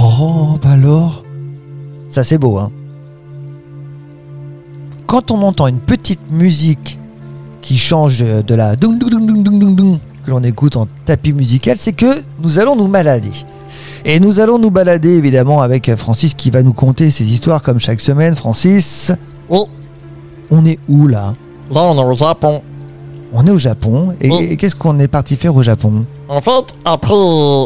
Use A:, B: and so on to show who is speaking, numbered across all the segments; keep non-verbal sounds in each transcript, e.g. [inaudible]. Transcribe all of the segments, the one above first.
A: Oh, bah alors Ça, c'est beau, hein Quand on entend une petite musique qui change de, de la dung, dung, dung, dung, dung, dung, dung que l'on écoute en tapis musical, c'est que nous allons nous balader. Et nous allons nous balader, évidemment, avec Francis qui va nous conter ses histoires comme chaque semaine. Francis,
B: Oui,
A: on est où, là
B: là on est au Japon.
A: On est au Japon. Et,
B: Oui.
A: et qu'est-ce qu'on est parti faire au Japon
B: En fait, après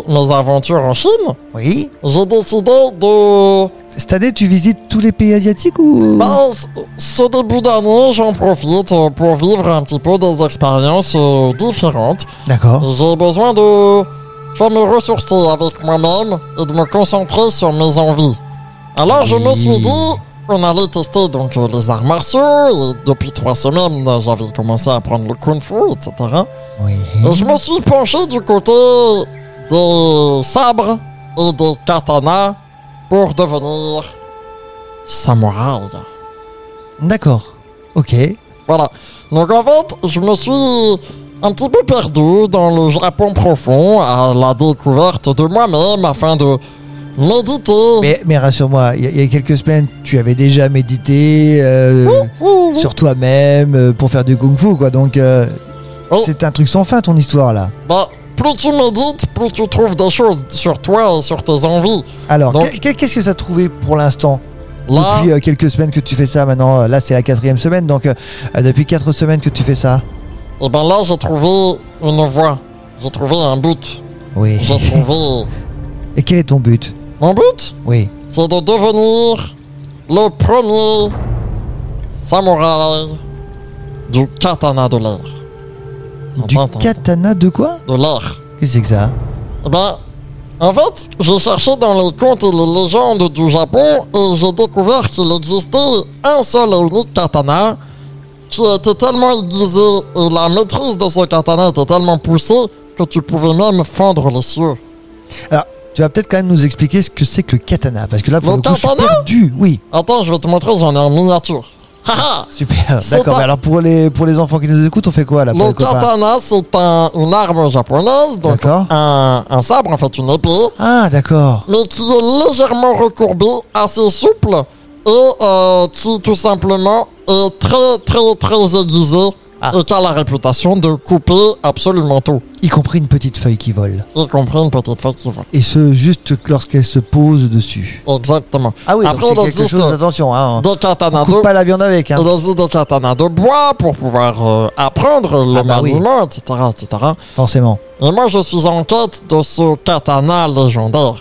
B: mes aventures en Chine,
A: Oui
B: j'ai décidé de...
A: Cette année, tu visites tous les pays asiatiques ou
B: Bah, c- ce début d'année, j'en profite euh, pour vivre un petit peu des expériences euh, différentes.
A: D'accord.
B: J'ai besoin de... Tu vois, me ressourcer avec moi-même et de me concentrer sur mes envies. Alors je me suis dit, on allait tester donc euh, les arts martiaux, et depuis trois semaines, euh, j'avais commencé à apprendre le kung-fu, etc.
A: Oui.
B: Et Je me suis penché du côté des sabres et des katanas pour devenir samouraï.
A: D'accord. Ok.
B: Voilà. Donc en fait, je me suis un petit peu perdu dans le Japon profond à la découverte de moi-même afin de méditer.
A: Mais, mais rassure-moi, il y, a- il y a quelques semaines, tu avais déjà médité euh,
B: Oh.
A: [laughs]
B: Ouh,
A: sur toi-même euh, pour faire du kung-fu, quoi. Donc, euh,
B: Oh.
A: c'est un truc sans fin, ton histoire, là.
B: bah, plus tu médites, plus tu trouves des choses sur toi et sur tes envies.
A: Alors,
B: Donc-
A: qu'est- qu'est- qu'est-ce que ça a trouvé pour l'instant
B: Là,
A: Depuis euh, quelques semaines que tu fais ça, maintenant, euh, là, c'est la quatrième semaine, donc euh, euh, depuis quatre semaines que tu fais ça.
B: et ben là, j'ai trouvé une voie. J'ai trouvé un but.
A: Oui.
B: J'ai
A: [laughs]
B: trouvé
A: Et quel est ton but
B: Mon but,
A: Oui.
B: c'est de devenir le premier samouraï du katana de l'air.
A: Du
B: Attends, attends.
A: katana de quoi
B: De l'air.
A: Qu'est-ce que c'est que ça
B: Eh ben, en fait, j'ai cherché dans les contes et les légendes du Japon et j'ai découvert qu'il existait un seul et unique katana qui était tellement aiguisé et la maîtrise de ce katana était tellement poussée que tu pouvais même fendre les cieux.
A: Alors, tu vas peut-être quand même nous expliquer ce que c'est que le katana, parce que là, pour
B: Le
A: le, coup, je suis
B: katana
A: perdu. Oui.
B: Attends, je vais te montrer, j'en ai en miniature. [laughs] Haha!
A: Super,
B: C'est
A: d'accord.
B: un-
A: Mais alors pour les, pour les enfants qui nous écoutent, on fait quoi là pour
B: Le
A: les copains
B: katana, c'est un- une arme japonaise, donc
A: D'accord.
B: un, un sabre, en fait, une épée,
A: Ah, d'accord.
B: mais qui est légèrement recourbée, assez souple, et euh, qui, tout simplement, est très, très, très aiguisée,
A: Ah.
B: et qui a la réputation de couper absolument tout,
A: Y compris une petite feuille qui vole.
B: y compris une petite feuille qui vole.
A: Et ce, juste lorsqu'elle se pose dessus.
B: Exactement.
A: Ah oui,
B: Après,
A: donc
B: il
A: c'est quelque
B: existe
A: chose, attention, hein.
B: des
A: On
B: katanas
A: coupe
B: de...
A: pas la viande avec, hein.
B: Il existe des katanas de bois pour pouvoir euh, apprendre le
A: Ah bah oui.
B: maniement, etc., etc.
A: Forcément.
B: Et moi, je suis en quête de ce katana légendaire.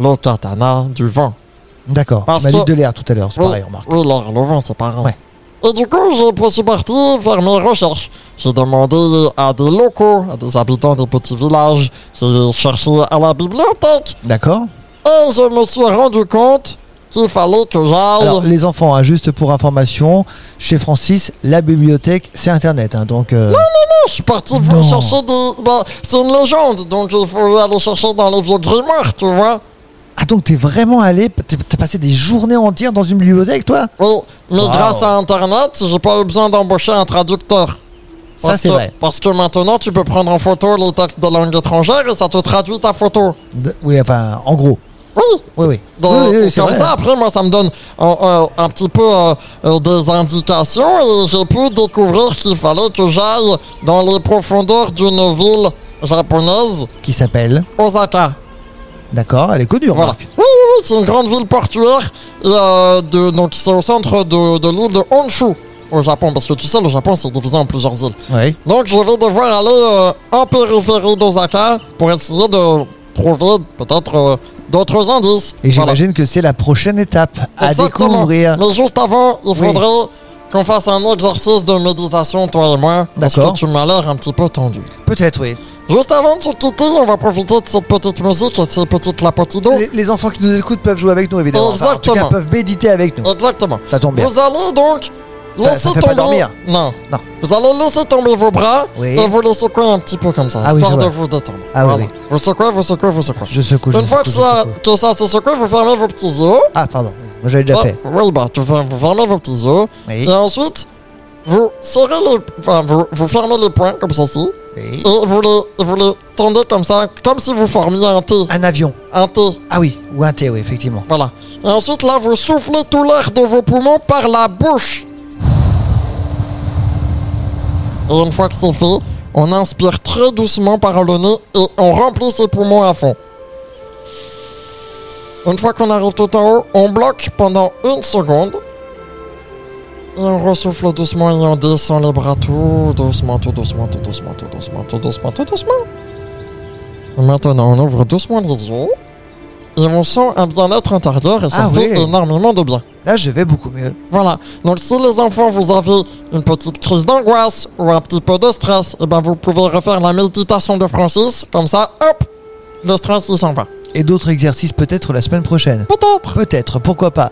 B: Le katana du vent.
A: D'accord.
B: Parce
A: Tu m'as dit
B: que-
A: de
B: Oh.
A: l'air tout à l'heure, c'est pareil, remarque.
B: Oui, l'air, le vent, c'est pareil.
A: Ouais.
B: Et du coup, je me suis parti faire mes recherches. J'ai demandé à des locaux, à des habitants des petits villages. J'ai cherché à la bibliothèque.
A: D'accord
B: Et je me suis rendu compte qu'il fallait que
A: Alors,
B: j'aille...
A: les enfants, hein, juste pour information, chez Francis, la bibliothèque, c'est Internet, hein, donc... euh,
B: Je suis parti
A: Non.
B: chercher des... bah, c'est une légende, donc il faut aller chercher dans les vieux grimoires, tu vois.
A: Ah, donc t'es vraiment allé... T'es, t'as passé des journées entières dans une bibliothèque, toi
B: Oui, mais
A: Wow.
B: grâce à Internet, j'ai pas eu besoin d'embaucher un traducteur.
A: Ça,
B: Parce
A: c'est
B: que-
A: vrai.
B: Parce que maintenant, tu peux prendre en photo les textes de langue étrangère et ça te traduit ta photo.
A: D- Oui, enfin, en gros.
B: Oui.
A: Oui, oui.
B: Donc,
A: Oui, oui, c'est
B: comme
A: vrai.
B: ça, après, moi, ça me donne euh, euh, un petit peu euh, euh, des indications et j'ai pu découvrir qu'il fallait que j'aille dans les profondeurs d'une ville japonaise,
A: Qui s'appelle...
B: Osaka.
A: D'accord, elle est connue,
B: Voilà.
A: remarque.
B: Oui, oui, oui, c'est une grande ville portuaire. et, euh, de- donc, c'est au centre de, de l'île de Honshu, au Japon. Parce que tu sais, le Japon, c'est divisé en plusieurs îles.
A: Oui.
B: Donc, je vais devoir aller euh, en périphérie d'Osaka pour essayer de trouver peut-être euh, d'autres indices.
A: Et
B: Voilà.
A: j'imagine que c'est la prochaine étape à
B: Exactement.
A: découvrir.
B: Mais juste avant, il faudrait qu'on fasse un exercice de méditation, toi et moi. Parce que
A: D'accord.
B: tu m'as l'air un petit peu tendu.
A: Peut-être, oui.
B: Juste avant de se quitter, on va profiter de cette petite musique et de ces petites lapotidos.
A: Les, les enfants qui nous écoutent peuvent jouer avec nous, évidemment. Enfin, en tout cas,
B: Oh. Exactement. Oh.
A: peuvent méditer avec nous.
B: Exactement.
A: Ça tombe bien.
B: Vous allez donc
A: Ça-
B: laisser
A: ça fait
B: tomber.
A: pas dormir.
B: Non.
A: Non.
B: Vous allez laisser tomber vos bras
A: Oui.
B: et vous les secouer un petit peu comme ça,
A: Ah oui,
B: histoire
A: je
B: de
A: vois.
B: vous détendre.
A: Ah oui,
B: Voilà.
A: oui.
B: Vous secouez, vous secouez, vous secouez.
A: Je secoue, je
B: Une fois que
A: secoue, je
B: ça,
A: secoue.
B: que ça se secoue, vous fermez vos petits yeux.
A: Ah, pardon. Moi, j'avais déjà
B: Ah,
A: fait.
B: Oui, bah, tu fer- vous fermez vos petits yeux.
A: Oui.
B: Et ensuite, vous serrez les. Enfin, vous, vous fermez les poings comme ceci.
A: Oui.
B: et vous les, vous les tournez comme ça, comme si vous formiez un T.
A: Un avion.
B: Un T,
A: Ah oui, ou un thé, oui, effectivement.
B: voilà. Et ensuite, là, vous soufflez tout l'air de vos poumons par la bouche. Et une fois que c'est fait, on inspire très doucement par le nez et on remplit ses poumons à fond. Une fois qu'on arrive tout en haut, on bloque pendant une seconde. Et on ressouffle doucement et on descend les bras tout doucement, tout doucement, tout doucement, tout doucement, tout doucement, tout doucement. Et maintenant, on ouvre doucement les yeux. Et on sent un bien-être intérieur et ça
A: Ah
B: fait
A: oui.
B: énormément de bien.
A: Là, je vais beaucoup mieux.
B: Voilà. Donc si les enfants vous avez une petite crise d'angoisse ou un petit peu de stress, eh ben vous pouvez refaire la méditation de Francis. Comme ça, hop, le stress il s'en va.
A: Et d'autres exercices peut-être la semaine prochaine.
B: Peut-être.
A: Peut-être, pourquoi pas.